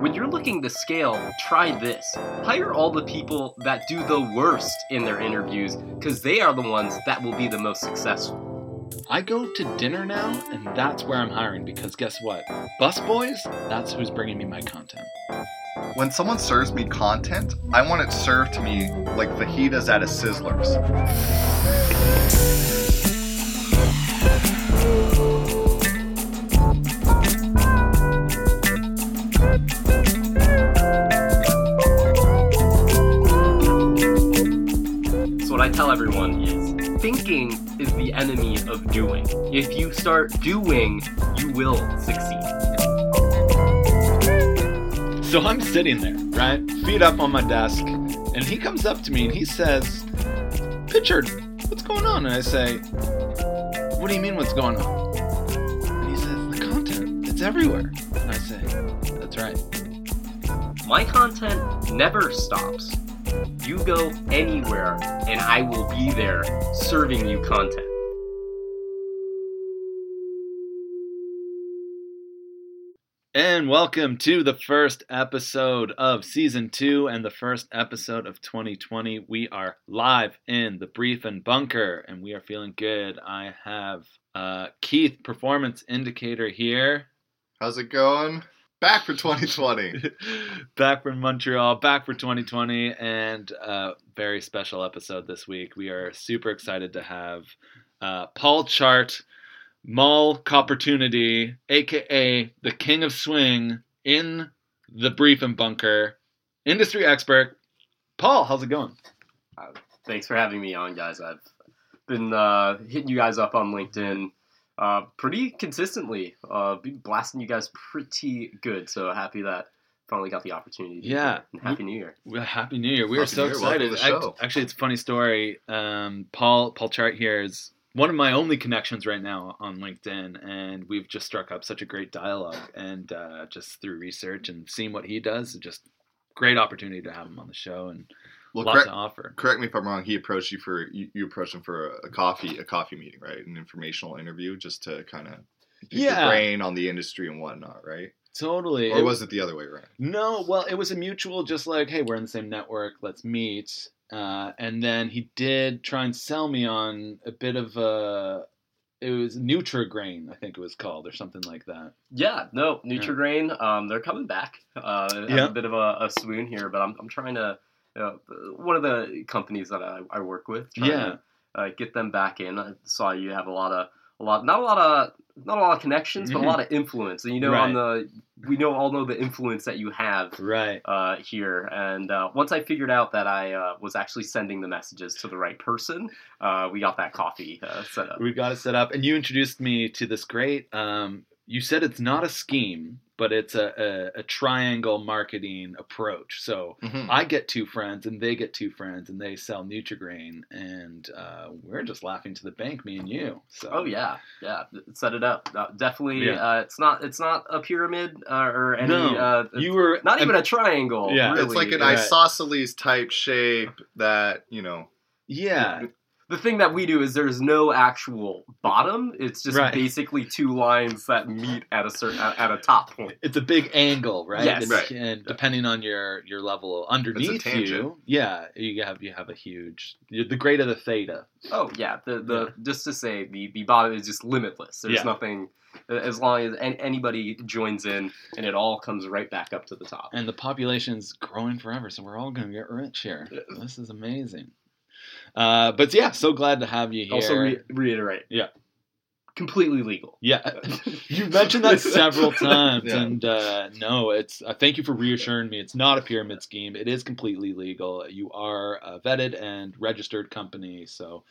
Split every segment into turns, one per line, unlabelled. When you're looking to scale, try this. Hire all the people that do the worst in their interviews because they are the ones that will be the most successful.
I go to dinner now, and that's where I'm hiring because guess what? Busboys, that's who's bringing me my content.
When someone serves me content, I want it served to me like fajitas at a Sizzlers.
So, what I tell everyone is thinking is the enemy of doing. If you start doing, you will succeed.
So I'm sitting there, right? Feet up on my desk, and he comes up to me and he says, Pitchard, what's going on? And I say, What do you mean, what's going on? And he says, The content, it's everywhere. And I say, That's right.
My content never stops. You go anywhere, and I will be there serving you content.
And welcome to the first episode of season two and the first episode of 2020. We are live in the brief and bunker, and we are feeling good. I have uh, Keith Performance Indicator here,
How's it going? Back for 2020.
back from Montreal, back for 2020, and uh, very special episode this week. We are super excited to have uh, Paul Chart, Mall Coppertunity, aka the King of Swing, in the Brief and Bunker, industry expert. Paul, how's it going?
Thanks for having me on, guys. I've been uh, hitting you guys up on LinkedIn uh, pretty consistently. Uh, been blasting you guys pretty good. So happy that finally got the opportunity. to do
Yeah.
it. And happy New Year.
Well, happy New Year! We are
Happy
so
New Year. Welcome to
excited.
the
Act-
show.
Actually, it's a funny story. Um, Paul Paul Chart here is one of my only connections right now on LinkedIn, and we've just struck up such a great dialogue. And uh, just through research and seeing what he does, just great opportunity to have him on the show and
Well,
lots
correct,
to offer.
correct me if I'm wrong. He approached you for you, you approached him for a, a coffee, a coffee meeting, right? An informational interview, just to kind of
Yeah.
brain on the industry and whatnot, right?
Totally.
Or was it the other way around?
No, well, it was a mutual, just like, hey, we're in the same network, let's meet. Uh, and then he did try and sell me on a bit of a, it was Nutrigrain, I think it was called, or something like that.
Yeah, no, Nutrigrain, um, they're coming back. Uh, I have
Yeah.
a bit of a, a swoon here, but I'm, I'm trying to, you know, one of the companies that I, I work with, trying
Yeah.
to uh, get them back in. I saw you have a lot of, a lot, not a lot of, not a lot of connections, but
Mhm.
a lot of influence. And you know, on the, we know all know the influence that you have
Right.
uh, here. And uh, once I figured out that I uh, was actually sending the messages to the right person, uh, we got that coffee uh, set up.
We've got it set up. And you introduced me to this great, um, you said it's not a scheme, but it's a, a, a triangle marketing approach. So I get two friends and they get two friends and they sell Nutrigrain and uh, we're just laughing to the bank, me and you. So
Oh yeah, yeah. Set it up. Uh, definitely.
Yeah.
Uh, it's not. It's not a pyramid uh, or any.
No,
uh,
You were
not even a triangle.
Yeah.
really.
it's like an
right.
isosceles type shape that you know.
Yeah,
The thing that we do is there's no actual bottom. It's just
Right.
basically two lines that meet at a certain at, at a top point.
it's a big angle, right?
Yes.
It's-
Right.
And depending on your your level underneath
tangent.
you, yeah, you have you have a huge you the greater the theta.
Oh yeah. The the just to say the the bottom is just limitless. There's
Yeah.
nothing as long as an, anybody joins in and it all comes right back up to the top.
And the population's growing forever, so we're all going to get rich here. This is amazing. Uh, but yeah, so glad to have you here.
Also re- reiterate.
Yeah.
Completely legal.
yeah, you mentioned that several times,
Yeah.
and uh, no, it's. Uh, thank you for reassuring me. It's not a pyramid scheme. It is completely legal. You are a vetted and registered company, so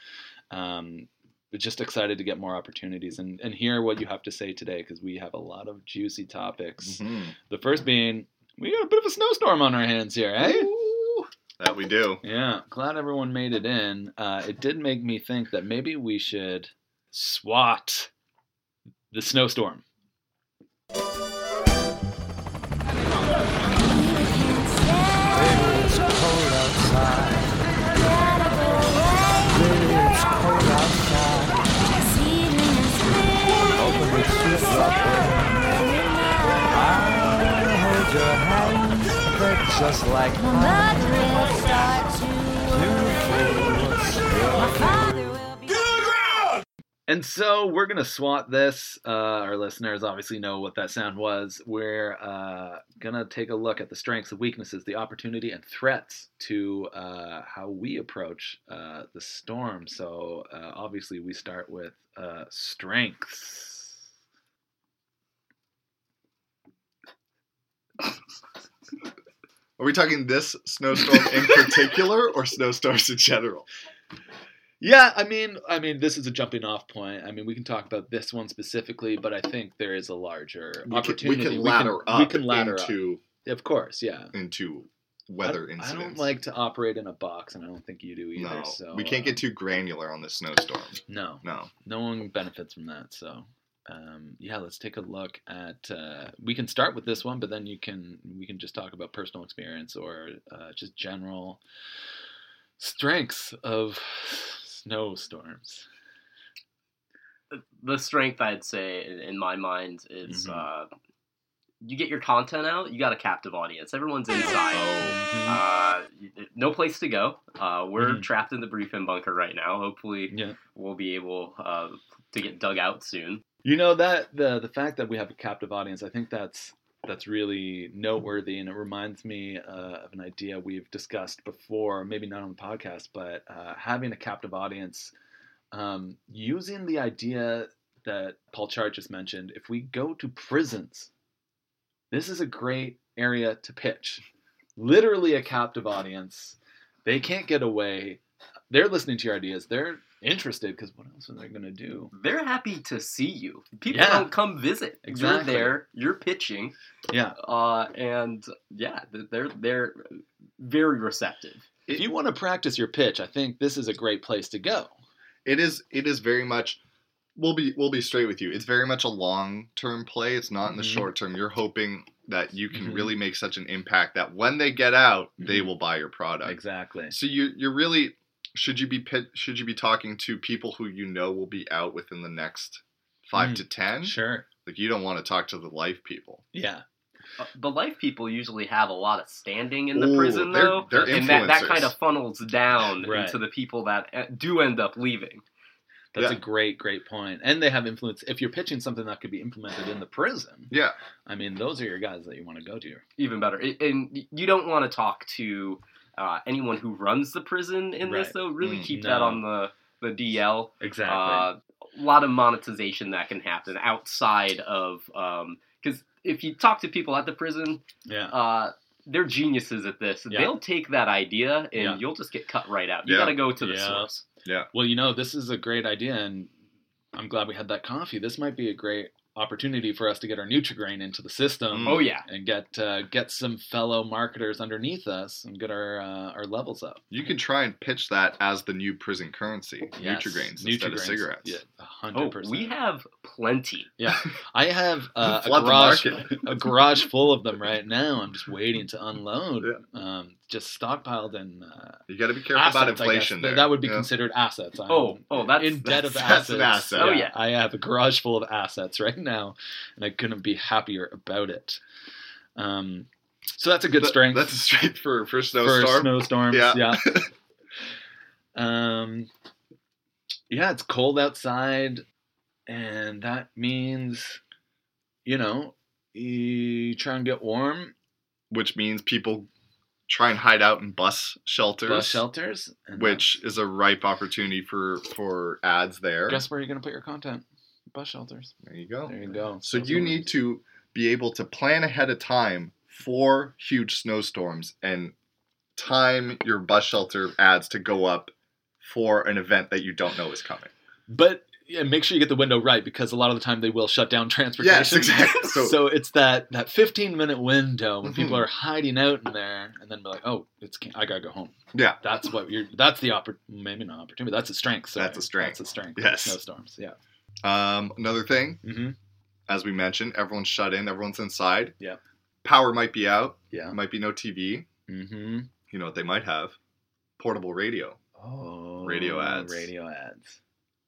um, we're just excited to get more opportunities and and hear what you have to say today because we have a lot of juicy topics.
Mhm.
The first being we got a bit of a snowstorm on our hands here, eh?
That we do.
Yeah, glad everyone made it in. Uh, it did make me think that maybe we should SWAT the snowstorm.
Open the sweet drop. I hold your hand, but just like
My will start to
beautiful.
My father will be.
And so we're gonna swat this. Uh, our listeners obviously know what that sound was. We're uh, gonna take a look at the strengths, the weaknesses, the opportunity, and threats to uh, how we approach uh, the storm. So uh, obviously we start with uh, strengths.
Are we talking this snowstorm in particular or snowstorms in general?
Yeah, I mean, I mean, this is a jumping-off point. I mean, we can talk about this one specifically, but I think there is a larger
We can, we
opportunity.
can ladder up
We can ladder up.
into
Of course, yeah.
into
I-
weather
I
incidents.
don't like to operate in a box, and I don't think you do either.
no,
so
we can't
uh,
get too granular on this snowstorm.
No,
No,
no one benefits from that. So, um, yeah, let's take a look at. Uh, we can start with this one, but then you can we can just talk about personal experience or uh, just general strengths of snowstorms.
the strength I'd say in, in my mind is
Mhm.
uh, you get your content out, you got a captive audience. Everyone's inside.
Um, Ah.
Mhm.
Uh, no place to go. Uh, we're
Mhm.
trapped in the briefing bunker right now. Hopefully,
Yeah.
we'll be able uh, to get dug out soon.
You know that the the fact that we have a captive audience, I think that's that's really noteworthy, and it reminds me uh, of an idea we've discussed before, maybe not on the podcast, but uh, having a captive audience, um, using the idea that Paul Chart just mentioned. If we go to prisons, this is a great area to pitch. Literally a captive audience. They can't get away. They're listening to your ideas. They're interested because what else are they going to do?
They're happy to see you. People
Yeah.
don't come visit.
Exactly.
You're there. You're pitching.
Yeah.
Uh, and yeah, they're they're very receptive.
If you want to practice your pitch, I think this is a great place to go.
it is. It is very much. We'll be we'll be straight with you. It's very much a long term play. It's not in the
Mhm.
short term. You're hoping that you can
Mhm.
really make such an impact that when they get out, they
Mhm.
will buy your product.
Exactly.
So you you're really should you be pit, should you be talking to people who you know will be out within the next five
Mm,
to ten?
Sure.
Like you don't want to talk to the life people.
Yeah.
Uh, the life people usually have a lot of standing in the
Ooh,
prison
they're-
though
they're
and that, that
influencers.
kind of funnels down
Right.
into the people that eh, do end up leaving
That's
Yeah.
a great, great point. And they have influence. If you're pitching something that could be implemented in the prison,
Yeah,
I mean, those are your guys that you want to go to.
even better It- and y- you don't want to talk to uh, anyone who runs the prison in this
Right.
though really
Mm,
keep
no.
that on the, the dl
Exactly.
uh, a lot of monetization that can happen outside of because if you talk to people at the prison
yeah.
uh, they're geniuses at this
Yeah.
they'll take that idea and
Yeah.
you'll just get cut right out you
Yeah.
gotta go to the
Yeah.
source
Well, you know, this is a great idea, and I'm glad we had that coffee. This might be a great opportunity for us to get our Nutrigrain into the system.
oh yeah
And get uh, get some fellow marketers underneath us and get our uh, our levels up.
you can try and pitch that as the new prison currency,
Yes.
Nutrigrains instead of
Nutrigrains.
cigarettes.
Yeah, a hundred
Oh,
percent.
we have plenty.
Yeah, I have uh, a
Flood the
garage,
market.
a garage full of them right now. I'm just waiting to unload. Um, just stockpiled in uh,
You got to be careful
assets.
about
I guess.
inflation.
Th-
There,
That would be
Yeah.
considered assets. I'm
Oh, oh, that's
Um, in debt of
that's
assets.
an asset.
Oh, yeah.
I have a garage full of assets right now, and I couldn't be happier about it. Um, so that's a good
That-
strength
That's a strength for for
for
snowstorm.
snowstorms.
Yeah.
Yeah. um, yeah, it's cold outside, and that means, you know, you try and get warm,
which means people try and hide out in bus shelters,
bus shelters, and
which is a ripe opportunity for for ads there.
that's- guess where you're gonna put your content? Bus shelters.
there you go.
There you go.
So
That's
you
what it
need
is.
to be able to plan ahead of time for huge snowstorms and time your bus shelter ads to go up for an event that you don't know is coming.
but. Yeah, make sure you get the window right because a lot of the time they will shut down transportation.
Yes, exactly.
So,
So,
it's that that 15 minute window when people
Mhm.
are hiding out in there, and then be like, "Oh, it's ca- I gotta go home."
Yeah.
that's what you're. That's the oppor- maybe not opportunity. That's a strength. sorry.
That's a strength.
That's a strength.
Yes.
snowstorms. Yeah.
um, another thing,
Mm-hmm.
as we mentioned, everyone's shut in, everyone's inside.
Yeah.
Power might be out.
Yeah.
Might be no TV.
Mm-hmm.
You know what they might have? Portable radio.
Oh,
Radio ads.
Radio ads.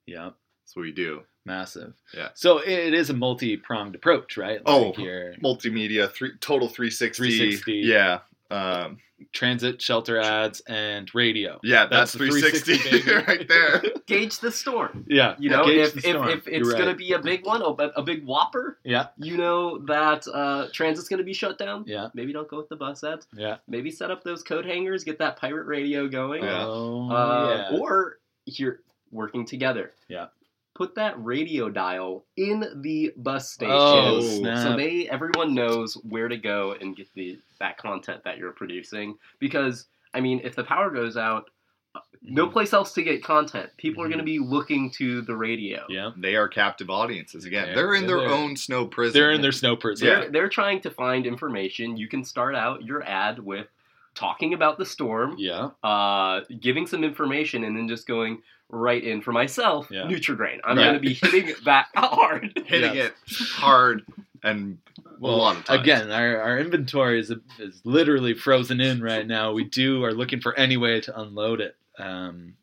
Yep.
That's what we do.
massive.
Yeah.
So it it is a multi pronged approach, right?
Oh.
your
Multimedia, three total 360.
360.
Yeah. Um,
transit shelter ads and radio.
yeah,
That's
that's,
the
360,
360, baby.
right there.
Gauge the storm.
Yeah.
You know,
Gauge
if,
the
if,
storm.
if it's
You're right.
going to be a big one, a, a big whopper,
Yeah.
you know that uh, transit's going to be shut down.
Yeah.
Maybe don't go with the bus ads.
Yeah.
Maybe set up those coat hangers, get that pirate radio going.
Yeah.
Oh,
Uh,
yeah.
Or you're working together.
Yeah.
Put that radio dial in the bus station.
Oh,
stations.
snap.
So they everyone knows where to go and get the that content that you're producing because I mean if the power goes out uh, no
Mm-hmm.
place else to get content people are
Mhm.
going to be looking to the radio
Yeah.
They are captive audiences again.
Yeah,
They're in
they're
their
there.
own snow prison.
They're in their snow prison.
they're they're trying to find information you can start out your ad with talking about the storm
Yeah.
uh, giving some information and then just going right in for myself
Yeah.
nutrigrain i'm
Right.
going to be hitting that hard
hitting
Yes.
it hard and a lot of times.
Again, our, our inventory is is literally frozen in right now. We do are looking for any way to unload it. Um,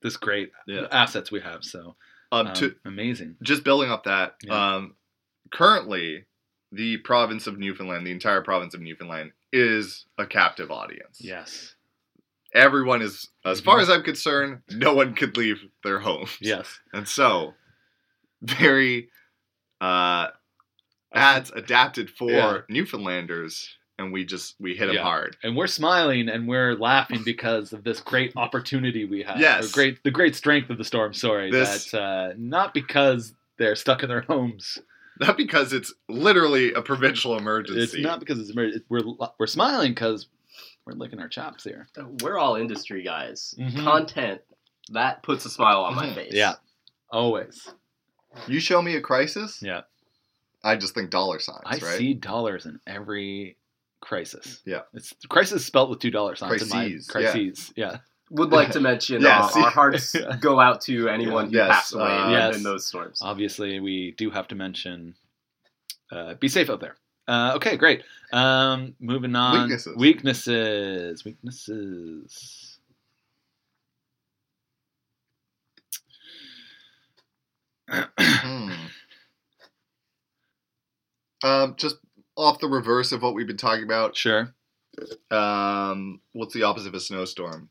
this great
Yeah.
assets we have, so
um,
um,
to,
amazing.
just building up that
Yeah.
um, currently the province of newfoundland the entire province of newfoundland is a captive audience
Yes,
everyone is as far
Mhm.
as i'm concerned no one could leave their homes
yes.
and so very uh, ads adapted for
Yeah.
newfoundlanders and we just we hit them
Yeah.
hard
And we're smiling and we're laughing because of this great opportunity we have.
Yes.
Or great the great strength of the storm. Sorry,
This-
that uh, not because they're stuck in their homes.
not because it's literally a provincial emergency
It's not because it's emer- it- we're we're smiling because we're licking our chops here.
we're all industry guys
Mhm.
content that puts a smile on my
Mhm.
face
Mm-hmm. Yeah, always.
you show me a crisis
Yeah.
i just think dollar signs
I
right
see dollars in every crisis.
Yeah.
it's crisis spelt with two dollar signs.
Crises,
In my,
yeah.
crises. Yeah.
would like to mention
Yes.
uh, our hearts go out to anyone who
Yes,
passed away
uh,
in-
Yes.
in those storms.
Obviously, we do have to mention. Uh, be safe out there. Uh, okay, great. Um, moving on.
Weaknesses.
Weaknesses. Weaknesses.
Hmm. Um, just off the reverse of what we've been talking about.
Sure.
Um, what's the opposite of a snowstorm?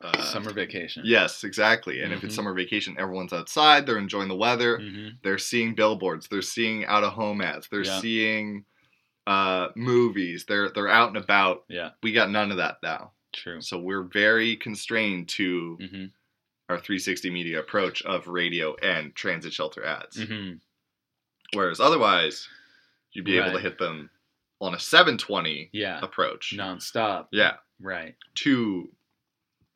Uh,
Summer vacation.
Yes, exactly. And if
Mhm.
it's summer vacation, everyone's outside. They're enjoying the weather.
hmm
They're seeing billboards. They're seeing out of home ads. They're
Yeah.
seeing uh, movies. They're they're out and about.
Yeah.
We got none of that now.
True.
So we're very constrained to
hmm
our 360 media approach of radio and transit shelter ads.
hmm
Whereas otherwise, you'd be able
Right.
to hit them on a 720
Yeah.
approach.
Nonstop.
Yeah,
Right.
two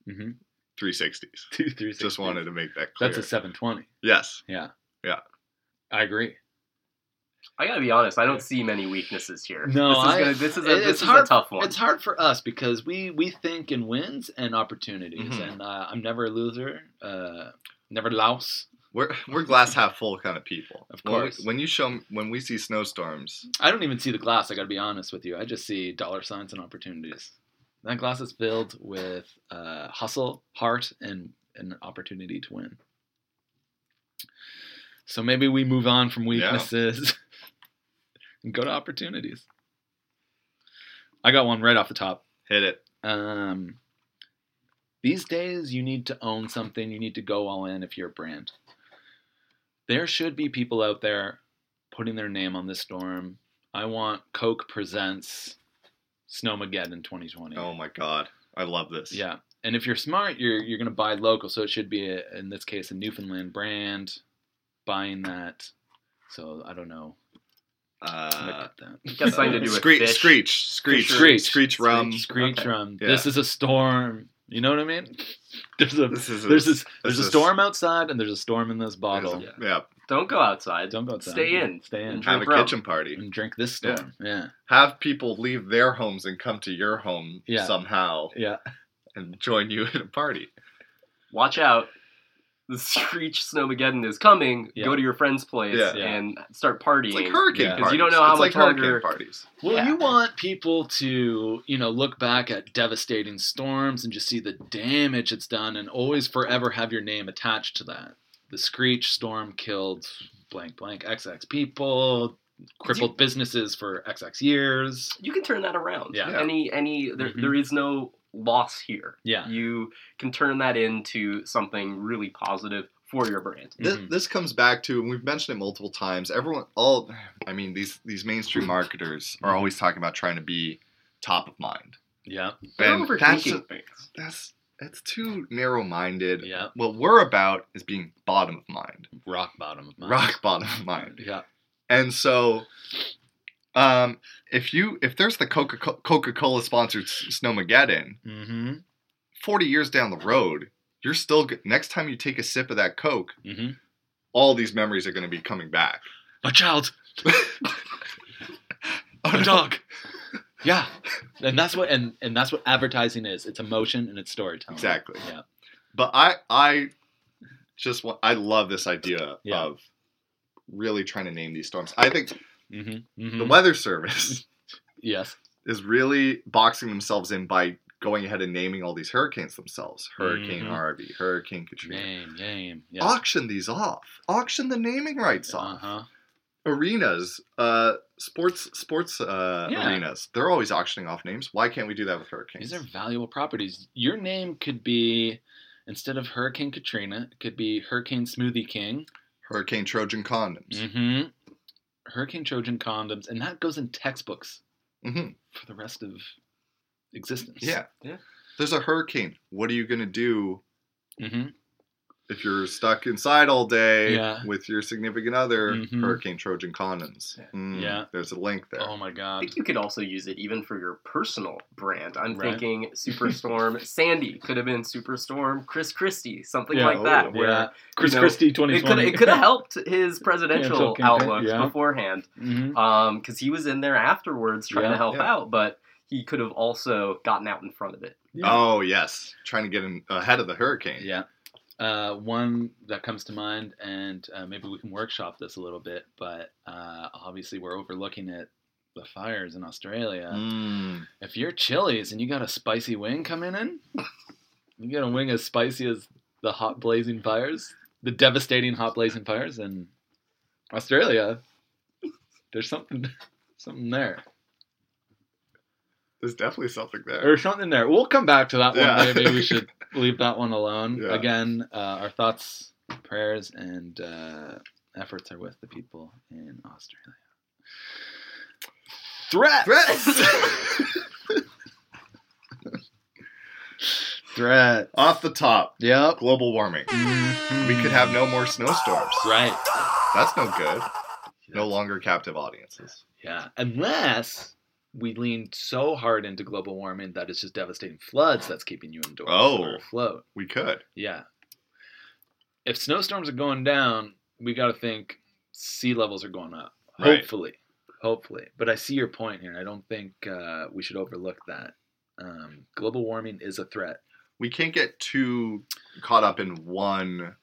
Mhm.
360s.
Two through six.
Just wanted to make that clear.
That's a seven twenty.
yes.
I agree.
I gotta be honest, I don't see many weaknesses here.
No,
this is,
I-
gonna, this is a,
it-
this
it's
is
hard-
a tough one.
It's hard for us because we we think in wins and opportunities,
Mhm.
and uh, I'm never a loser, uh, never louse.
We're we're glass half full kind of people.
Of
When we-
course.
When, you show when we see snowstorms,
I don't even see the glass. I got to be honest with you. I just see dollar signs and opportunities. That glass is filled with uh, hustle, heart, and an opportunity to win. So maybe we move on from weaknesses and go to opportunities. I got one right off the top.
hit it.
Um, these days, you need to own something. You need to go all in if you're a brand. There should be people out there putting their name on this storm. I want Coke presents Snowmageddon 2020.
Oh my god, I love this.
Yeah, and if you're smart, you're you're gonna buy local. So it should be a, in this case a Newfoundland brand buying that. So I don't know. I
Uh,
got that.
got something to do with
screech,
fish.
screech, screech,
Screech.
screech, rum.
Screech
Okay.
drum.
Yeah.
This is a storm. You know what I mean? There's a
This is a,
there's this there's a
is-
storm outside and there's a storm in this
there's
bottle.
a- yeah.
Don't go outside.
Don't go outside.
Stay in.
Stay in.
And
Have a
Drink rum.
kitchen party.
And drink this storm. Yeah.
have people leave their homes and come to your home
Yeah.
somehow
Yeah.
and join you at a party.
Watch out. The screech snowmageddon is coming.
Yeah.
Go to your friend's place
Yeah.
Yeah.
and start partying.
It's like hurricane
Yeah.
'Cause
parties.
you don't know how
it's
much
like hurricane
longer-
parties.
Well,
Yeah.
you want people to, you know, look back at devastating storms and just see the damage it's done and always forever have your name attached to that. the screech storm killed blank blank XX people, crippled businesses for XX years.
You can turn that around.
Yeah.
Any any there,
Mhm.
there is no loss here.
Yeah.
You can turn that into something really positive for your brand.
This,
Mhm.
this comes back to, and we've mentioned it multiple times. Everyone, all, I mean, these these mainstream marketers are always talking about trying to be top of mind.
Yeah.
They're
And that's
overthinking things.
that's that's too narrow minded.
Yeah.
What we're about is being bottom of mind,
Rock bottom of mind.
rock bottom of mind.
Yeah.
And so, um, if you if there's the Coca Coca Cola sponsored S- Snowmageddon,
Mm-hmm.
forty years down the road, you're still g- next time you take a sip of that Coke,
Mm-hmm.
all these memories are going to be coming back.
A child.
Oh,
A
no.
dog. Yeah. And that's what and, and that's what advertising is. It's emotion and it's storytelling.
Exactly.
Yeah.
But I I just want I love this idea
Yeah.
of really trying to name these storms. I think
Mm-hmm. hmm
the weather service
yes.
is really boxing themselves in by going ahead and naming all these hurricanes themselves. Hurricane
Mhm.
Harvey, Hurricane Katrina.
Name, name. Yeah.
Auction these off. Auction the naming rights off.
Uh-huh.
Arenas, uh sports sports uh
Yeah.
arenas. They're always auctioning off names. Why can't we do that with hurricanes?
These are valuable properties. Your name could be instead of Hurricane Katrina, it could be Hurricane Smoothie King.
Hurricane Trojan condoms.
Mm-hmm. Hurricane Trojan condoms, and that goes in textbooks
Mhm.
for the rest of existence.
Yeah.
Yeah.
There's a hurricane. What are you going to do
Mm-hmm.
if you're stuck inside all day
Yeah.
with your significant other?
Mhm.
Hurricane Trojan condoms.
Yeah.
Mm,
Yeah.
There's a link there.
Oh my
I
God.
think you could also use it even for your personal brand. I'm
Right.
thinking Superstorm Sandy could have been Superstorm Chris Christie, something
Yeah,
like that.
oh,
where
yeah. Chris
you know,
Christie,
it could
2020.
it could have helped his presidential
Presidential campaign,
outlook
yeah.
beforehand,
Mhm.
because he was in there afterwards trying
Yeah.
to help
Yeah.
out, but he could have also gotten out in front of it.
Oh, yes. Trying to get in ahead of the hurricane.
Yeah. Uh, one that comes to mind, and uh, maybe we can workshop this a little bit, but uh, obviously we're overlooking it. The fires in Australia.
Mm.
If you're Chili's and you got a spicy wing coming in, you got a wing as spicy as the hot blazing fires, the devastating hot blazing fires in Australia. There's something, something there,
There's definitely something there.
or something there. We'll come back to that
Yeah.
one. Maybe we should leave that one alone.
Yeah.
Again, uh, our thoughts, prayers, and uh, efforts are with the people in Australia. Threats.
Threats!
Threats.
Off the top,
Yep.
global warming. We could have no more snowstorms.
Right.
That's no good. No longer captive audiences.
Yeah, unless we lean so hard into global warming that it's just devastating floods that's keeping you indoors
Oh.
or afloat.
We could.
Yeah. If snowstorms are going down, we got to think sea levels are going up.
Right.
Hopefully, hopefully. But I see your point here. and I don't think uh, we should overlook that. Um, global warming is a threat.
We can't get too caught up in one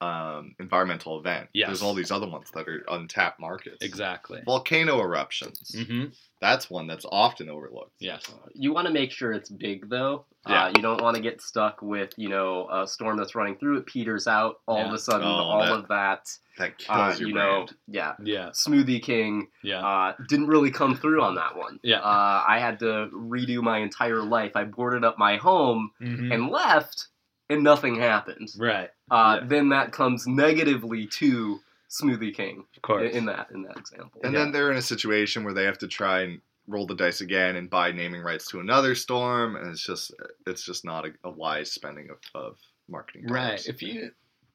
um, environmental event.
Yes.
There's all these other ones that are untapped markets.
Exactly.
Volcano eruptions.
Mm-hmm.
That's one that's often overlooked.
Yes.
You want to make sure it's big though.
Yeah.
Uh, you don't want to get stuck with you know a storm that's running through it peters out all of
Yeah.
a sudden
Oh,
all
that-
of that
That kills
uh,
your
you know
brand.
yeah
Yeah.
Smoothie King
Yeah.
uh, didn't really come through on that one.
Yeah.
Uh, I had to redo my entire life. I boarded up my home
Mhm.
and left, and nothing happened.
Right.
Uh,
Yeah.
Then that comes negatively to Smoothie King
Of
in,
course.
in that in that example.
And then they're in a situation where they have to try and roll the dice again and buy naming rights to another storm, and it's just it's just not a, a wise spending of, of marketing.
Right. If you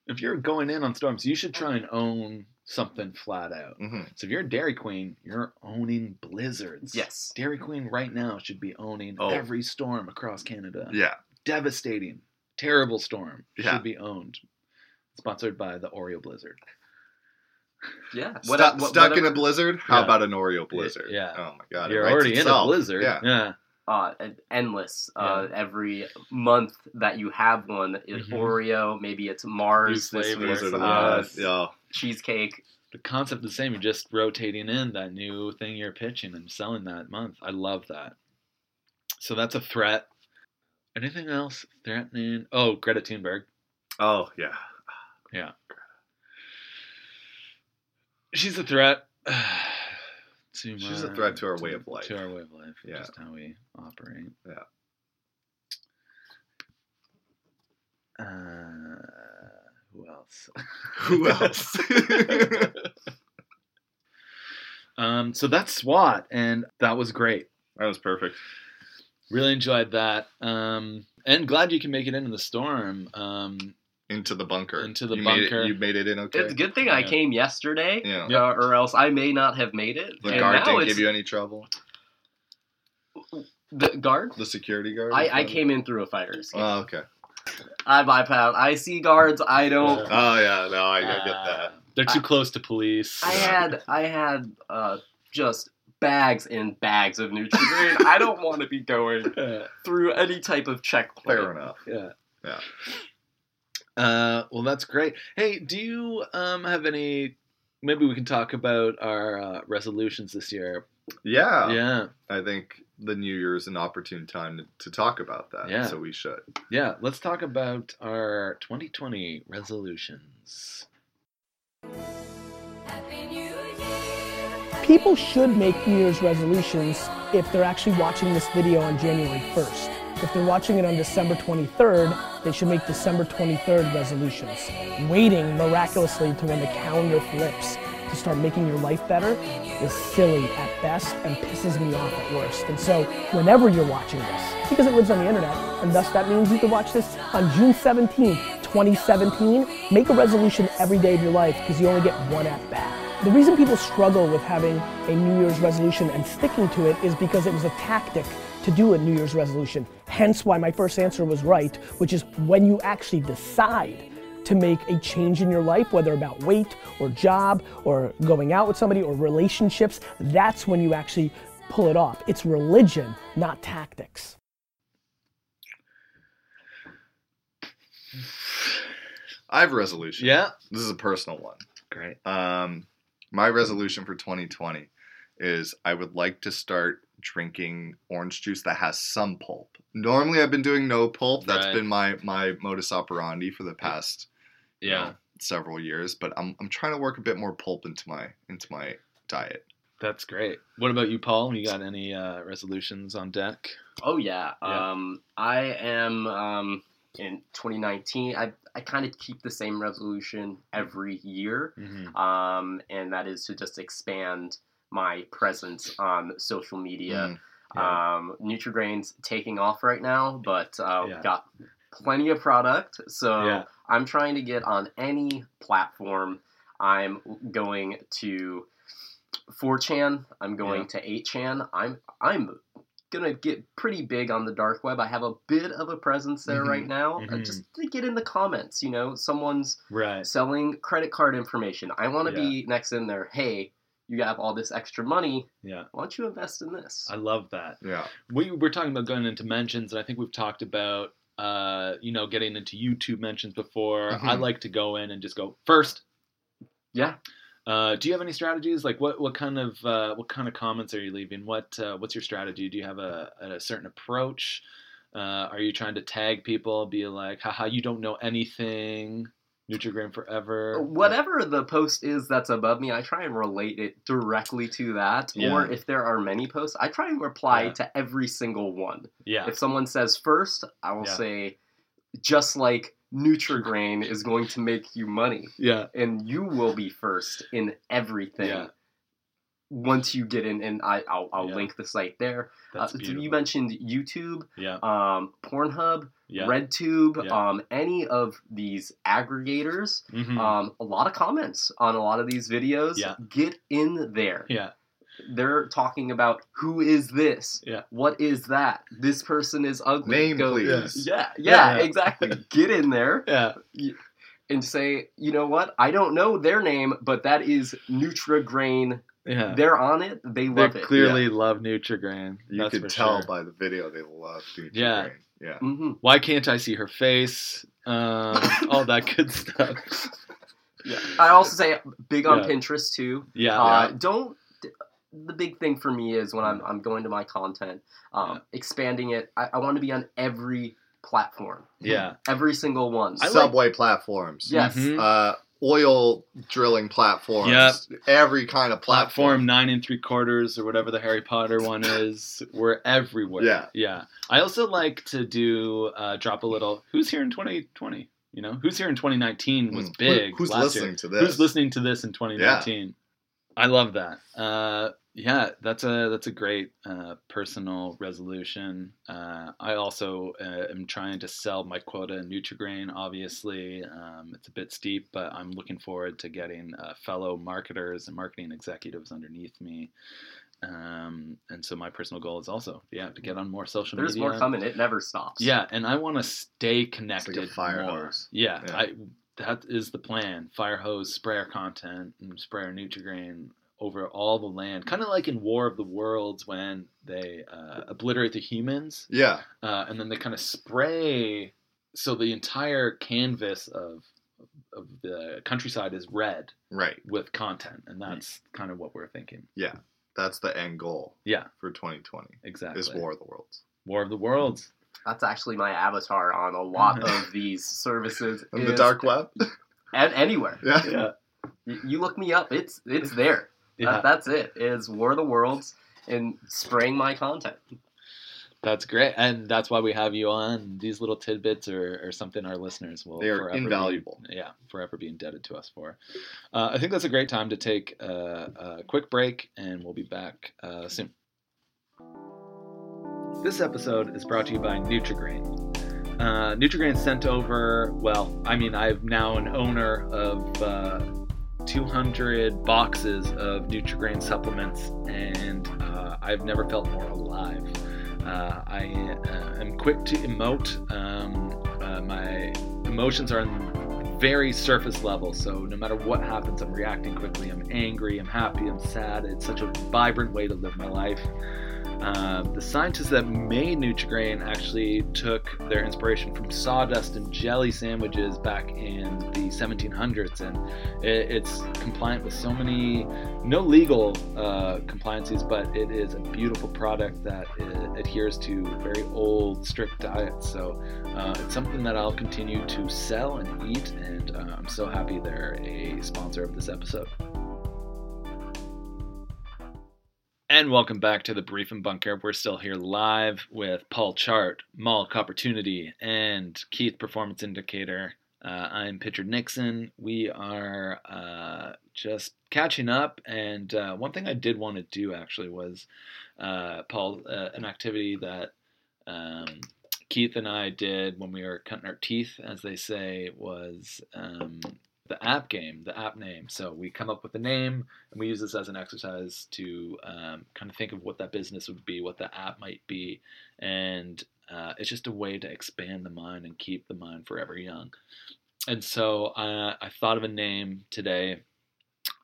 if you're going in on storms, you should try and own something flat out.
hmm
So if you're a Dairy Queen, you're owning blizzards.
yes,
Dairy Queen right now should be owning
Oh.
every storm across Canada.
Yeah.
Devastating, terrible storm
Yeah.
should be owned. Sponsored by the Oreo Blizzard.
yeah.
Stu-
What- what-
stuck in a
whatever-
blizzard? How
Yeah.
about an Oreo blizzard?
yeah.
Oh my god. it
You're
writes
already
itself.
in a blizzard.
Yeah.
uh, and endless. Uh, Every month that you have one, it's
Mhm.
Oreo. Maybe it's Mars
New
this
flavor.
week.
Blizzard of
Uh,
the- yeah.
cheesecake.
The concept is the same. You're just rotating in that new thing you're pitching and selling that month. I love that. So that's a threat. Anything else threatening? Oh, Greta Thunberg.
Oh yeah.
Yeah. she's a threat. to
She's a
my-
threat to our way of life.
To our way of life.
Yeah.
Just how we operate.
Yeah.
Uh, who else?
Who else?
um, so that's SWAT, and that was great.
That was perfect.
Really enjoyed that. Um, and glad you can make it into the storm. Um,
Into the bunker.
Into the
you
bunker.
Made it, you made it in okay.
It's a good thing I
Yeah.
came yesterday,
Yeah.
uh, or else I may not have made it.
The
And
guard
now
didn't
it's-
give you any trouble.
the guard.
The security guard.
I, I came in through a fire escape.
Oh okay.
I bypass. I see guards. I don't.
Yeah.
Oh yeah. No, I, I get
Uh,
that.
They're too
I-
close to police.
I had I had uh, just bags and bags of Nutrigrain. I don't want to be going
Uh,
through any type of checkpoint.
Fair enough.
yeah.
Yeah.
Uh, well, that's great. Hey, do you um, have any? Maybe we can talk about our uh, resolutions this year.
Yeah.
yeah,
I think the New Year is an opportune time to, to talk about that.
Yeah.
So we should.
yeah. Let's talk about our 2020 resolutions.
People should make New Year's resolutions if they're actually watching this video on January 1st. If they're watching it on December 23rd, they should make December 23rd resolutions. Waiting miraculously to when the calendar flips to start making your life better is silly at best and pisses me off at worst. And so, whenever you're watching this, because it lives on the internet, and thus that means you can watch this on June 17th, 2017, make a resolution every day of your life because you only get one at bat. The reason people struggle with having a New Year's resolution and sticking to it is because it was a tactic to do a New Year's resolution. Hence why my first answer was right, which is when you actually decide to make a change in your life, whether about weight or job or going out with somebody or relationships, that's when you actually pull it off. It's religion, not tactics.
I have a resolution.
Yeah,
This is a personal one.
great.
Um, my resolution for 2020 is I would like to start drinking orange juice that has some pulp. Normally, I've been doing no pulp. That's
Right.
been my my modus operandi for the past you
Yeah,
know, several years. But I'm I'm trying to work a bit more pulp into my into my diet.
that's great. What about you, Paul? You got any uh, resolutions on deck?
Oh yeah.
Yeah.
Um, I am um, in 2019. I I kind of keep the same resolution every year,
Mm-hmm.
um, and that is to just expand my presence on social media.
Mm.
Um, Nutrigrain's taking off right now, but uh,
Yeah.
got plenty of product. So
Yeah.
I'm trying to get on any platform. I'm going to 4chan. I'm going to 8chan. I'm I'm gonna get pretty big on the dark web. I have a bit of a presence there
Mhm,
right now. Uh,
mhm.
Just to get in the comments. You know, someone's
Right.
selling credit card information. I want to
Yeah.
be next in there. Hey, you have all this extra money.
Yeah,
Why don't you invest in this?
I love that.
Yeah.
we were talking about going into mentions, and I think we've talked about uh, you know getting into YouTube mentions before.
Mhm.
I like to go in and just go first.
Mm-hmm. yeah.
Uh, do you have any strategies? Like what what kind of uh, what kind of comments are you leaving? What uh, what's your strategy? Do you have a, a certain approach? Uh, are you trying to tag people? Be like, haha, you don't know anything. Nutrigram forever.
Whatever the post is that's above me, I try and relate it directly to that.
Yeah.
Or if there are many posts, I try and reply
Yeah.
to every single one.
Yeah.
If someone says first, I will
Yeah.
say, just like Nutrigrain is going to make you money,
Yeah.
and you will be first in everything.
Yeah.
Once you get in, and I, I'll, I'll
Yeah.
link the site there. Uh,
That's
so
beautiful.
you mentioned YouTube,
yeah.
um, Pornhub,
Yeah.
RedTube,
Yeah.
um, any of these aggregators.
Mhm.
Um, a lot of comments on a lot of these videos.
Yeah.
Get in there.
yeah.
They're talking about who is this?
Yeah.
What is that? This person is ugly.
Name
Go-
please.
Yeah,
Yeah,
yeah,
yeah.
exactly. Get in there
Yeah.
and say, you know what? I don't know their name, but that is Nutrigrain.
Yeah.
They're on it. They
They
love it.
clearly love Nutrigrain.
You
that's
could
for
tell
sure.
by the video they love Gucci
Yeah.
Mane. Yeah.
hmm
why can't I see her face? Um, all that good stuff.
Yeah. I also say big on
Yeah.
Pinterest too.
Oh, Yeah. Mm.
Uh, don't. The big thing for me is when I'm, I'm going to my content, um,
Yeah.
expanding it. I, I want to be on every platform,
yeah.
every single one.
I like-
Subway platforms.
yes,
Mhm.
Uh, oil drilling platforms.
Yep.
Every kind of
platform
platform.
nine and three quarters or whatever the Harry Potter one is. We're everywhere.
Yeah.
Yeah. I also like to do uh, drop a little. Who's here in 2020? You know, who's here in 2019 was
Mm. Who-
big.
who's
last
listening
year.
to this?
Who's listening to this in 2019? I love that. Uh, yeah, that's a that's a great uh, personal resolution. Uh, I also uh, am trying to sell my quota in Nutrigrain. Obviously, um, it's a bit steep, but I'm looking forward to getting uh, fellow marketers and marketing executives underneath me. Um, and so my personal goal is also, yeah, to get on more social
There's
media.
more coming. It never stops.
Yeah, and I want to stay connected
fire
more.
hose.
Yeah,
Yeah.
I that is the plan. Fire hose, spray our content, and spray our Nutrigrain over all the land. Kind of like in War of the Worlds when they uh, obliterate the humans,
Yeah.
uh, and then they kind of spray. So the entire canvas of of the countryside is red
Right.
with content, and
Hmm.
that's kind of what we're thinking.
That's the end goal
Yeah,
for 2020.
exactly.
Is War of the Worlds.
War of the Worlds.
That's actually my avatar on a lot of these services.
And the
is-
dark web.
And anywhere.
yeah.
Yeah,
Y- You look me up. It's it's there.
yeah.
That, that's it. It's War of the Worlds and spraying my content.
That's great, and that's why we have you on. These little tidbits are, are something our listeners will
They are
forever be-
invaluable.
yeah, forever be indebted to us for. Uh, I think that's a great time to take a, a quick break, and we'll be back uh, soon. This episode is brought to you by Nutrigrain. Uh, Nutrigrain sent over. Well, I mean, I'm now an owner of. Uh, 200 boxes of Nutrigrain supplements, and uh, I've never felt more alive. Uh, I uh, am quick to emote. Um, uh, my emotions are on very surface level, so no matter what happens, I'm reacting quickly. I'm angry, I'm happy, I'm sad. It's such a vibrant way to live my life. Uh, the scientists that made Nutrigrain actually took their inspiration from sawdust and jelly sandwiches back in the 1700s, and it, it's compliant with so many no legal uh, compliances, but it is a beautiful product that uh, adheres to very old strict diets. So uh, it's something that I'll continue to sell and eat, and uh, I'm so happy they're a sponsor of this episode. And welcome back to the Brief and Bunker. We're still here live with Paul Chart, Malk Opportunity, and Keith Performance Indicator. Uh, I'm Pitcher Nixon. We are uh, just catching up, and uh, one thing I did want to do actually was, uh, Paul, uh, an activity that um, Keith and I did when we were cutting our teeth, as they say, was um, the app game, the app name. So we come up with a name, and we use this as an exercise to um, kind of think of what that business would be, what the app might be, and uh, it's just a way to expand the mind and keep the mind forever young. And so uh, I thought of a name today.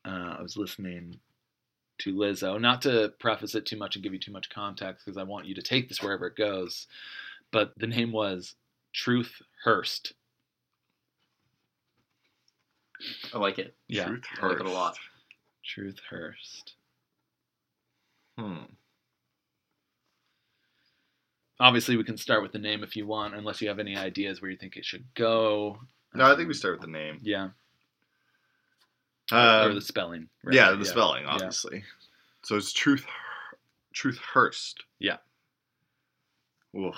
Uh, I was listening to Lizzo, not to preface it too much and give you too much context, because I want you to take this wherever it goes. But the name was Truth Hurst.
I like it.
Yeah.
Truth
I like it a
hurts.
lot.
Truth Hurst.
Hmm.
Um, Obviously, we can start with the name if you want, unless you have any ideas where you think it should go. Um,
No, I think we start with the name.
Yeah, or
Um,
the spelling.
yeah, the spelling, obviously. So it's Truth Truth Hurst.
Yeah.
Oof.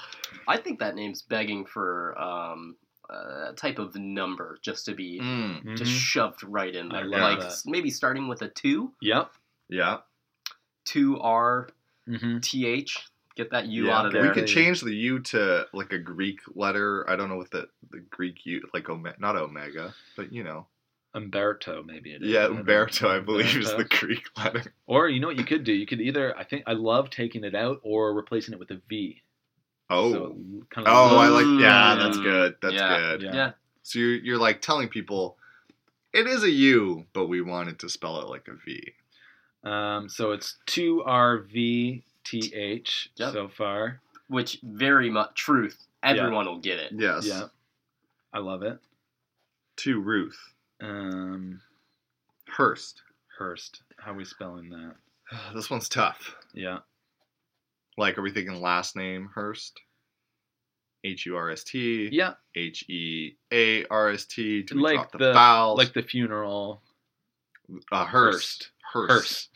I think that name's begging for um, a type of number just to be
Mm.
Mhm.
just shoved right in
I
there.
love
like
that.
s- maybe starting with a two,
Yep.
Yeah.
two R
hmm
T H. Get that U
yeah.
out of there.
We could change the U to like a Greek letter. I don't know what the, the Greek U like omega, not omega, but you know.
Umberto, maybe it is. I
Yeah,
don't know.
Umberto, I believe, is the
Umberto.
Greek letter.
Or you know what you could do? You could either I think I love taking it out or replacing it with a V.
Oh.
So it kind of
oh, I
looks-
like yeah,
Mm.
that's good. That's
Yeah.
good.
Yeah.
yeah.
So you're, you're like telling people it is a U, but we wanted to spell it like a V.
Um, so it's two R V T H
Yep.
so far.
Which very much truth. Everyone will get it.
Yes.
Yeah, I love it.
To Ruth
Um,
Hurst.
Hurst, how are we spelling that?
This one's tough.
Yeah,
Like, are we thinking last name Hurst? H U R S T,
Yeah,
H E A R S T. Do we
like
drop
the,
the, vowels?
like the funeral
a hearse. Hearse.
hearse.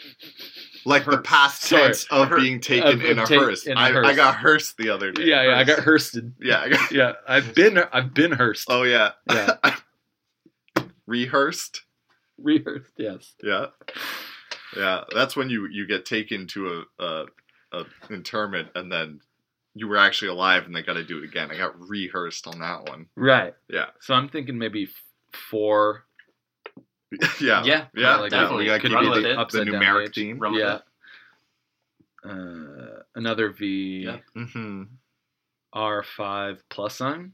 Like the
Hearse.
past
Sorry.
tense of
Her-
being taken
of-
in,
of
a
take-
hearse.
in a
I, I
hearse.
got hearse the other day.
Yeah, yeah, I got
Hearse.
hearsed.
Yeah, I got,
Yeah, I've been I've been hearsed.
oh yeah.
Yeah,
Rehearsed.
rehearsed. Yes.
Yeah. Yeah. That's when you, you get taken to a, a, a interment and then you were actually alive and they got to do it again. I got rehearsed on that one.
Right.
Yeah.
So I'm thinking maybe f- four.
Yeah,
yeah. Yeah.
like
yeah. We
definitely.
got to
Could
give
run
you
with
the,
it.
the
Upside down
numeric
H.
theme.
Run with
yeah.
it.
Uh, another V
Yeah.
Mm-hmm.
R five plus sign.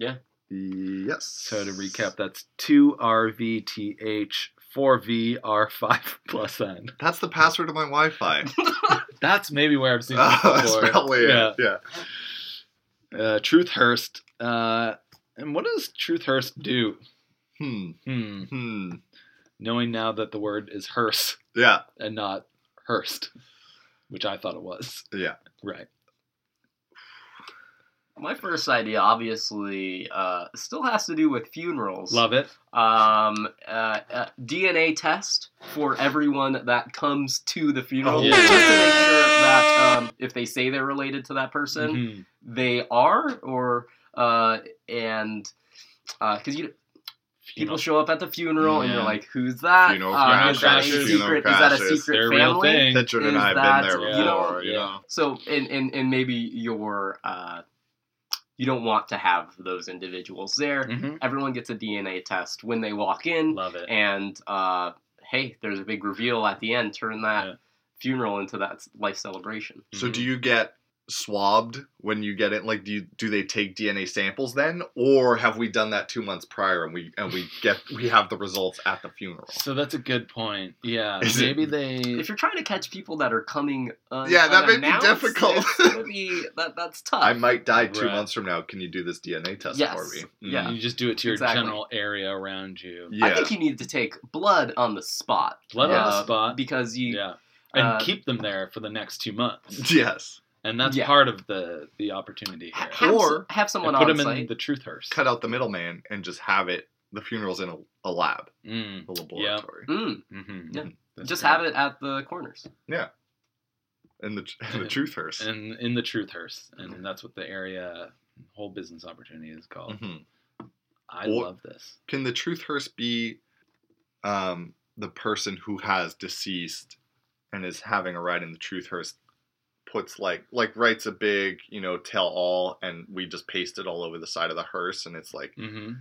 Mm-hmm. Yes.
So to recap, that's two R V T H four V R five plus sign.
That's the password to my Wi-Fi.
That's maybe where I've seen this
Oh,
That's
before.
probably it.
yeah.
Yeah.
Uh, Truth Hearst. Uh, and what does Truth Hearst do?
Hmm.
Hmm.
Hmm.
Knowing now that the word is hearse.
Yeah.
and not Hearst, which I thought it was.
Yeah.
Right.
My first idea, obviously, uh, still has to do with funerals.
Love it.
Um, uh, uh, DNA test for everyone that comes to the funeral,
Oh,
yeah.
just to make sure that um, if they say they're related to that person,
Mhm.
they are, or uh, and because you people
Funeral.
show up at the funeral and you're
Yeah.
like, who's that?
Mm. Funeral
Uh, is that a
crashes,
secret?
funeral
Is that a
crashes.
secret
They're a real
family?
thing.
Pitchard
Is
and I have
that-
been there
you
know-
before. You
yeah.
know.
So and and and maybe your uh, you don't want to have those individuals there.
Mm.
Mhm.
Everyone gets a DNA test when they walk in,
Love it.
Mm-hmm. and uh, hey, there's a big reveal at the end. Turn that
Yeah.
funeral into that s- life celebration.
So do you get swabbed when you get it? Like, do you do they take DNA samples then, or have we done that two months prior and we and we get we have the results at the funeral?
So that's a good point. Yeah.
Is it-
maybe they.
If you're trying to catch people that are coming, un-
Yeah, that may be
unannounced,
difficult.
it's gonna be- that, that's tough.
I might die two
Right.
months from now. Can you do this DNA test
Yes.
for me? Mm-hmm.
Yeah.
You just do it to your
Exactly.
general area around you.
Yeah.
I think you need to take blood on the spot.
Blood on the
Uh,
spot.
because you
yeah. And
uh,
keep them there for the next two months.
yes.
And that's
Yeah.
part of the the opportunity
ha-
here.
have, s-
Or-
have someone
And put
on
them
site.
in the Truth Hearst.
Cut out the middleman and just have it. The funeral's in a, a lab,
Mm.
a laboratory,
Mm,
Mm-hmm.
Yeah. just have it at the corners.
in the in the truth hearse.
And in the Truth Hearst. And that's what the area whole business opportunity is called.
hmm
I
Or-
love this.
Can the truth hearse be um, the person who has deceased and is having a ride in the truth hearse? Puts like like writes a big you know tell all, and we just paste it all over the side of the hearse, and it's like
Mm-hmm.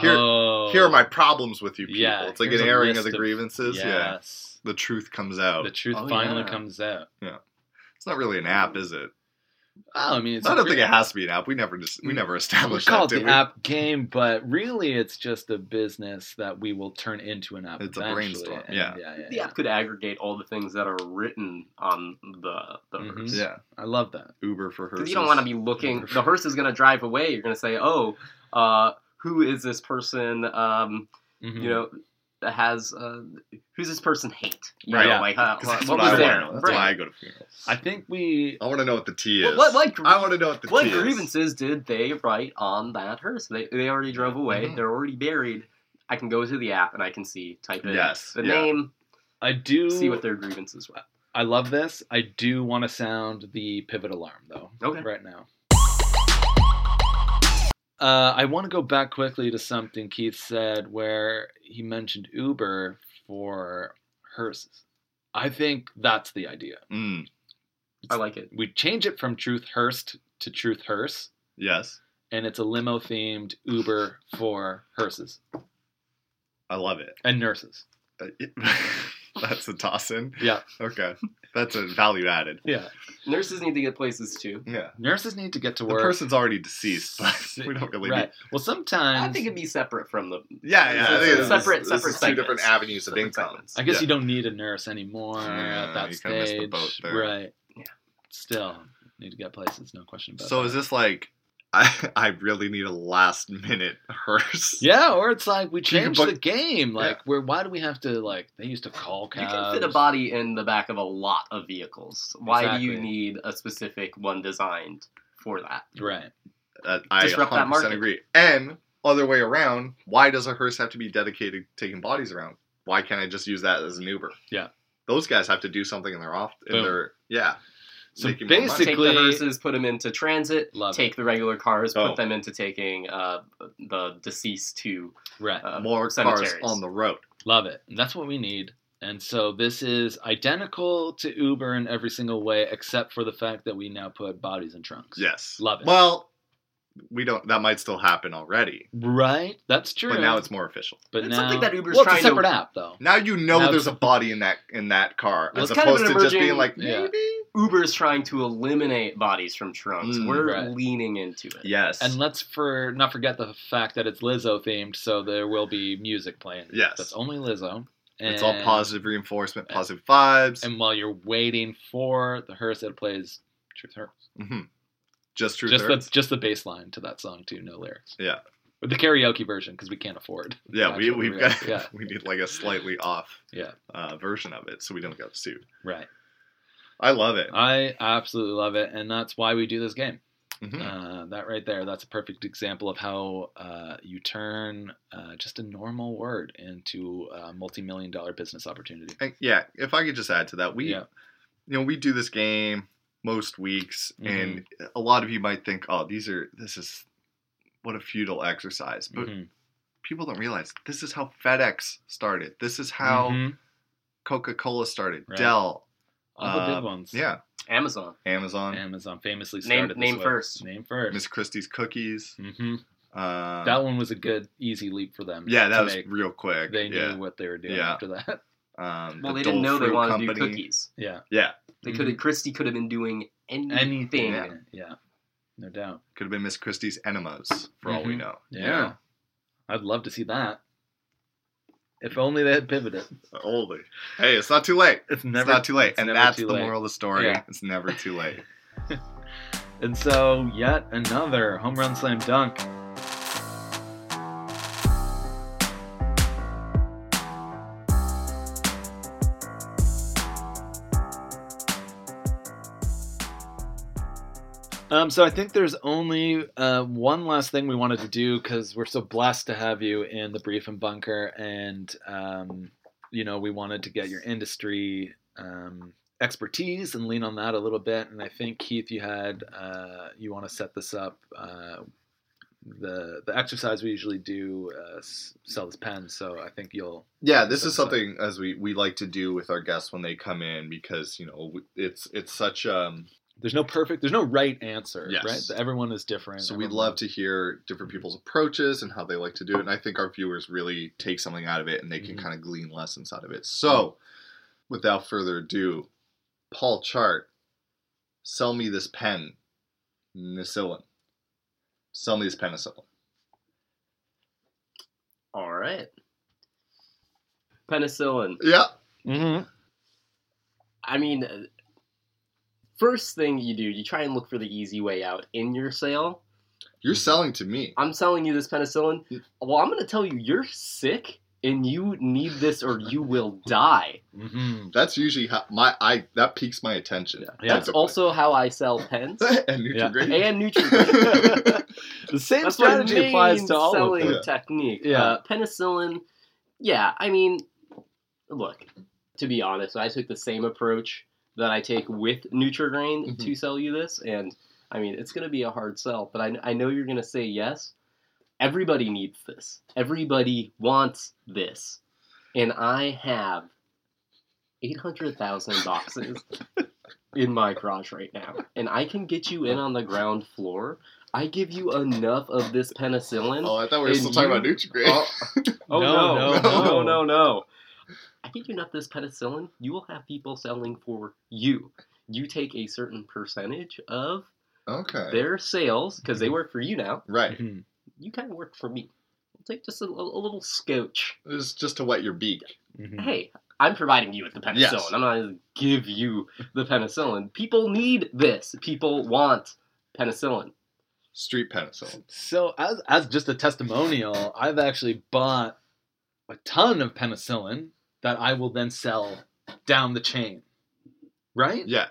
Here-
oh,
here are my problems with you people.
Yeah,
it's like
here's
an
a
airing of
list
the
of-
grievances. Yeah,
Yes.
the truth comes out.
The truth
Oh,
finally
yeah.
comes out.
It's not really an app, is it?
Oh, I mean, it's
I
a
don't
free-
think it has to be an app. We never just we never
We
established
call it
that, did
the
we?
app game, but really, it's just a business that we will turn into an app.
It's a
eventually,
brainstorm,
and
yeah.
yeah, yeah,
The app could aggregate all the things that are written on the the
Mhm.
hearse.
Yeah,
I love that.
Uber for her.
Because you don't want to be looking. The hearse is gonna drive away. You're gonna say, "Oh, uh, who is this person? Um,
Mhm.
you know, that has uh, who's this person hate? You
Right.
know,
Yeah.
like huh, what,
That's
what
what,
was
I
there?
want. That's why I
Right.
go to funerals.
I think we.
I want to know what the T is.
What, what, like,
I want to know what the
what
T is.
grievances did they write on that hearse? They, they already drove away.
Mhm.
They're already buried. I can go to the app and I can see type in
Yes,
the
yeah.
name,
I do.
see what their grievances were.
I love this. I do want to sound the pivot alarm though.
Okay.
Right now. Uh, I want to go back quickly to something Keith said where he mentioned Uber for hearses. I think that's the idea.
Mm,
I like it.
We change it from Truth Hearst to Truth Hearse,
yes,
and it's a limo themed Uber for hearses
I love it.
and nurses.
Uh, it- That's a toss in.
Yeah.
Okay, that's a value added.
Yeah.
Nurses need to get places too.
Yeah,
Nurses need to get to
the
work.
person's already deceased, but we don't really
right.
need.
Well, sometimes
I think it'd be separate from the.
Yeah, yeah. I think this is-
Separate-
this
separate
is two different
segments.
avenues of
Separate
income.
segments.
I guess
Yeah.
you don't need a nurse anymore
Yeah,
at that
you
stage.
kinda missed the boat there.
Right.
Yeah.
Still need to get places, no question about
So
that.
is this like I, I really need a last minute hearse?
Yeah, or it's like we
can
changed
book-
the game. Like where why do we have to like they used to call
You
cabs.
can fit a body in the back of a lot of vehicles. Why do you
Exactly.
need a specific one designed for that?
Right.
That, Uh, I
Disrupt that
100%
market.
agree. And other way around, why does a hearse have to be dedicated to taking bodies around? Why can't I just use that as an Uber?
Yeah.
Those guys have to do something in their off in
Boom.
their yeah.
So
making more money.
Take
basically-
the hearses, put them into transit.
Love
take the regular cars,
Oh.
put them into taking uh, the deceased to
Right.
uh,
more cars
cemeteries.
on the road.
Love it. And that's what we need. And so this is identical to Uber in every single way, except for the fact that we now put bodies in trunks.
Yes.
Love it.
Well, we don't that might still happen already.
Right? That's true.
But now
Mm.
it's more official.
but
That's
now,
something that Uber's
well, it's
trying
a
to-
separate app though.
Now you know
Now
there's a
it's-
body in that in that car
Well,
as
it's kind of
opposed
an
to just
emerging-
being like
Yeah.
maybe.
Uber's trying to eliminate bodies from trunks.
Mm,
We're
right.
leaning into it.
Yes.
And let's for not forget the fact that it's Lizzo themed, so there will be music playing.
Yes.
That's only Lizzo. And,
it's all positive reinforcement, positive vibes.
And while you're waiting for the hearse, it plays Truth Hurts.
hmm Just true.
just
Hurts.
the just the bass line to that song too, no lyrics.
Yeah.
With the karaoke version because we can't afford.
Yeah, we,
actual
we've
lyrics.
got
yeah,
we need like a slightly off
Yeah.
uh, version of it so we don't get sued.
right.
I love it.
I absolutely love it, and that's why we do this game.
Mhm.
Uh, that right there, that's a perfect example of how uh, you turn uh, just a normal word into a multi-million dollar business opportunity.
And yeah, if I could just add to that, we
yeah,
you know we do this game most weeks, and
Mm-hmm.
a lot of you might think, oh, these are this is what a futile exercise, but
Mhm.
people don't realize this is how FedEx started. This is how
Mhm.
Coca Cola started.
Right.
Dell,
all the
uh,
big ones.
yeah,
Amazon.
Amazon,
Amazon famously
Name-
started this
name
way.
first.
Name first.
Miss Christie's cookies.
hmm
Uh,
that one was a good easy leap for them.
yeah, that
to
was
make.
real quick.
They knew
yeah.
what they were doing
Yeah.
after that.
Um,
Well,
the
they didn't
Dole
know they
Fruit
wanted to do
Company.
cookies.
Yeah. Mm-hmm.
Yeah,
They could have. Christie could have been doing Mm-hmm. anything.
anything. Yeah.
Yeah.
no doubt.
could have been Miss Christie's enemas for all we
Mhm.
know.
Yeah. I'd love to see that. If only they had pivoted.
Yeah. Holy. Hey, it's not too late.
It's
it's not too late.
it's
and
never
that's
too
the
late.
moral of the story.
Yeah.
It's never too late.
And so, yet another home run slam dunk. Um, so I think there's only uh, one last thing we wanted to do because we're so blessed to have you in the brief and bunker, and um, you know we wanted to get your industry um, expertise and lean on that a little bit. And I think Keith, you had uh, you want to set this up. Uh, the the exercise we usually do uh, s- sell this pen, so I think you'll
Yeah, this is
So- so-
something as we, we like to do with our guests when they come in because you know we- it's it's such um
there's no perfect there's no right answer
Yes.
right everyone is different
so we'd
everyone-
love to hear different people's approaches and how they like to do it and I think our viewers really take something out of it and they can
Mhm.
kind of glean lessons out of it.
Mm-hmm.
So, without further ado, Paul Chart, sell me this pen, penicillin. Sell me this penicillin.
All right. Penicillin.
Yeah.
I mean, uh, first thing you do, you try and look for the easy way out in your sale.
You're
Mm-hmm.
selling to me.
I'm selling you this penicillin. Well, I'm going to tell you, you're sick and you need this or you will die.
Mhm.
That's usually how my I that piques my attention.
Yeah.
That's also how I sell pens
and
Yeah.
Nutri-Grain.
and Nutrigrain.
the same
That's my
strategy
main
applies to all of
selling
them
them.
technique.
Yeah.
Uh, penicillin. Yeah, I mean, look. To be honest, I took the same approach that I take with Nutrigrain
Mm-hmm.
Mhm.
to sell you this, and I mean, it's gonna be a hard sell, but I, I know you're gonna say yes. Everybody needs this. Everybody wants this, and I have eight hundred thousand boxes in my garage right now, and I can get you in on the ground floor. I give you enough of this penicillin.
Oh, I thought we were
And
still talking
you-
about Nutri-Grain.
Oh no,
No, no,
no, no,
no.
no, no, I think you enough this penicillin, you will have people selling for you. You take a certain percentage of
okay.
their sales because they work for you now.
Right.
Mhm.
You kind of work for me. I'll take just a, a little scotch.
Mm-hmm.
It was just to wet your beak.
Mhm.
Hey, I'm providing you with the penicillin.
Yes.
I'm not going to give you the penicillin. People need this. People want penicillin.
Street penicillin.
So as as just a testimonial, I've actually bought a ton of penicillin that I will then sell down the chain. Right?
Yeah.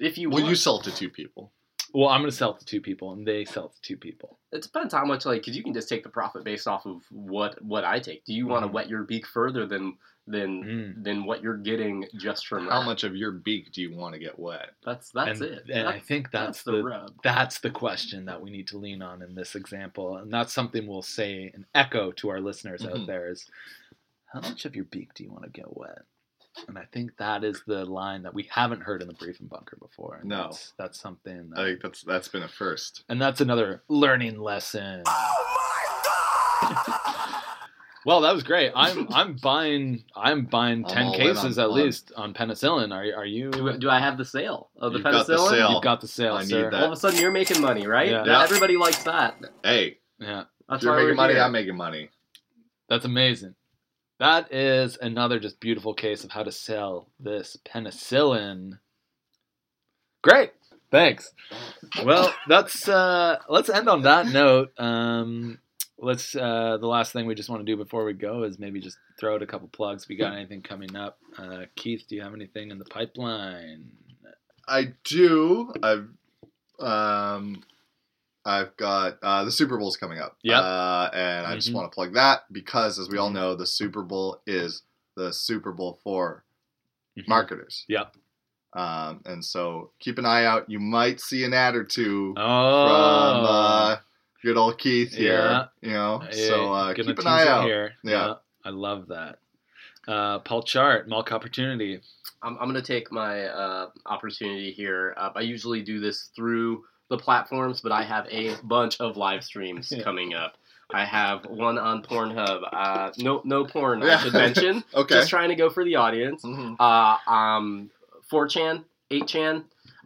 If you
Well,
want.
you sold to two people.
Well, I'm gonna sell it to two people, and they sell it to two people.
It depends how much, like, because you can just take the profit based off of what what I take. Do you want to
Mm-hmm.
Mhm.
wet your beak further than than
Mm.
than what you're getting just from
How
that?
much of your beak do you want to get wet?
That's that's
and,
it.
And I think that's, the,
rub.
that's the question that we need to lean on in this example, and that's something we'll say and echo to our listeners out
Mhm.
there is, how much of your beak do you want to get wet? And I think that is the line that we haven't heard in the briefing bunker before. And
No.
that's, that's something. That,
I think that's that's been a first.
and that's another learning lesson. Well, that was great. I'm I'm buying I'm buying
I'm
ten
all in on
cases at
fun.
least on penicillin. Are are you?
Do, do I have the sale of the
You've
penicillin?
got the sale.
You've got the sale,
I need
sir.
All of a sudden, you're making money, right?
Yeah.
Now
Yeah.
Everybody likes that.
Hey,
Yeah,
That's
if you're
why we're
making money,
here.
I'm making money.
that's amazing. That is another just beautiful case of how to sell this penicillin. Great. Thanks. Well, that's uh, let's end on that note. Um, let's uh, the last thing we just want to do before we go is maybe just throw out a couple plugs. We got anything coming up? Uh, Keith, do you have anything in the pipeline?
I do. I've um, I've got uh, the Super Bowl's coming up.
Yep.
Uh, and I
Mm-hmm.
just
Mhm.
want to plug that because, as we all know, the Super Bowl is the Super Bowl for
Mm-hmm.
marketers.
Yep.
Um, and so keep an eye out. You might see an ad or two
Oh,
from uh, good old Keith
Yeah.
here. You know.
Hey,
So uh,
gonna
keep an
tease
eye
it
out.
Here. Yeah.
Yeah.
I love that. Uh, Paul Chart, Malk Opportunity.
I'm, I'm going to take my uh, opportunity here. Uh, I usually do this through the platforms, but I have a bunch of live streams
Yeah.
coming up. I have one on Pornhub. Uh, no, no porn.
Yeah.
I should mention.
Okay.
Just trying to go for the audience.
Mhm.
Uh, um, 4chan, 8chan.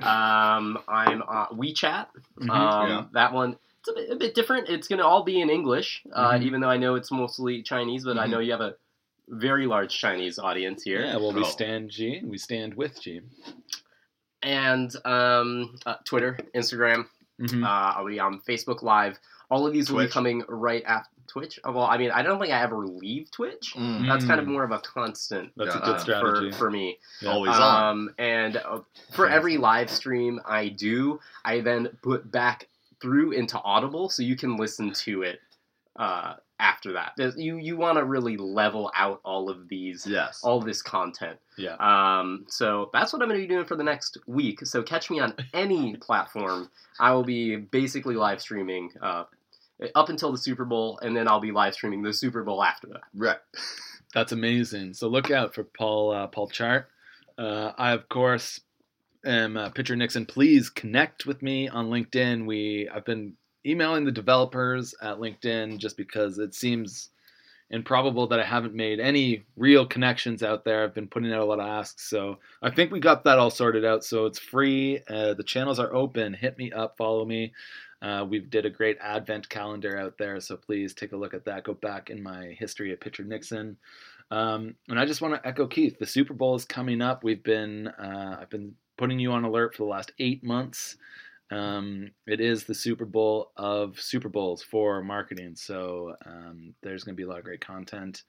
Um, I'm uh, WeChat.
Mm-hmm.
Um,
Mm-hmm. Yeah.
That one, it's a bit, a bit different. It's going to all be in English, uh,
Mm-hmm.
Mhm.
even though I know it's mostly Chinese, but I
Mhm.
know you have a very large Chinese audience here.
Yeah, well, we
Oh.
stand G. We stand with G.
And um, uh, Twitter, Instagram. Uh,
Mhm.
I'll be on Facebook Live. All of these will be
Hmm. Twitch.
coming right after Twitch. Oh, Well, I mean, I don't think I ever leave Twitch.
Mm.
That's kind of
Mm.
more of a constant
That's a
Yeah,
good
uh,
strategy.
for, for me.
Yeah.
Always on.
Um, and uh, for every live stream I do, I then put back through into Audible so you can listen to it uh, after that. There's, you you want to really level out all of these,
Yes.
oh.
all this content.
yeah.
Um, so that's what I'm going to be doing for the next week. So catch me on any platform. I will be basically live streaming uh, up until the Super Bowl, and then I'll be live streaming the Super Bowl after that.
Right.
That's amazing. So look out for Paul uh, Paul Chart. Uh, I of course am uh, Pitcher Nixon. Please connect with me on LinkedIn. We I've been emailing the developers at LinkedIn just because it seems improbable that I haven't made any real connections out there. I've been putting out a lot of asks, so I think we got that all sorted out. So it's free. Uh, the channels are open. Hit me up. Follow me. Uh, we did a great advent calendar out there, so please take a look at that. Go back in my history of Pitcher Nixon. Um, and I just want to echo Keith. The Super Bowl is coming up. We've been uh, I've been putting you on alert for the last eight months. Um, it is the Super Bowl of Super Bowls for marketing. So um, there's going to be a lot of great content.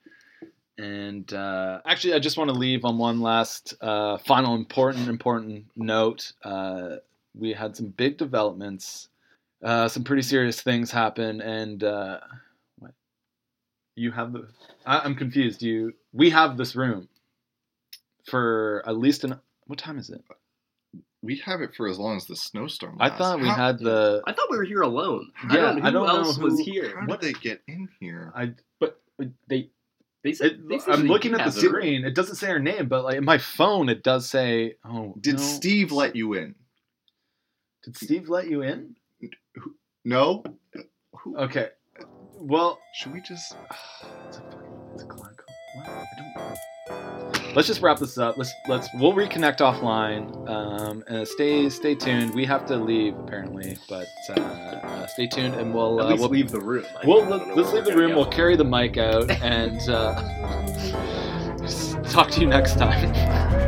And uh, actually, I just want to leave on one last, uh, final, important, important note. Uh, we had some big developments. Uh, some pretty serious things happen, and uh, what? You have the I, I'm confused. You, we have this room for at least an. What time is it?
We have it for as long as the snowstorm.
I
Lasts.
thought we
How-
had the.
I thought we were here alone. I
Yeah,
don't, who
I don't
else
know
was
who-
here.
How
What-
did they get in here?
I but they.
They
It,
said, they said
I'm
they
looking
did
at the
have a room.
screen. It doesn't say her name, but like in my phone, it does say. Oh,
Did
no.
Steve let you in?
Did Steve let you in?
No. Who?
Okay. Well,
Should we
It's
just?
a fucking- it's a collab call. What? I don't- Let's just wrap this up. Let's let's we'll reconnect offline. Um, uh, stay stay tuned. We have to leave apparently, but uh, uh, stay tuned and we'll
At
uh,
least
we'll,
leave the room. I
we'll
don't know
let's
where
leave the
we're
room.
gonna
We'll
go.
carry the mic out and uh, talk to you next time.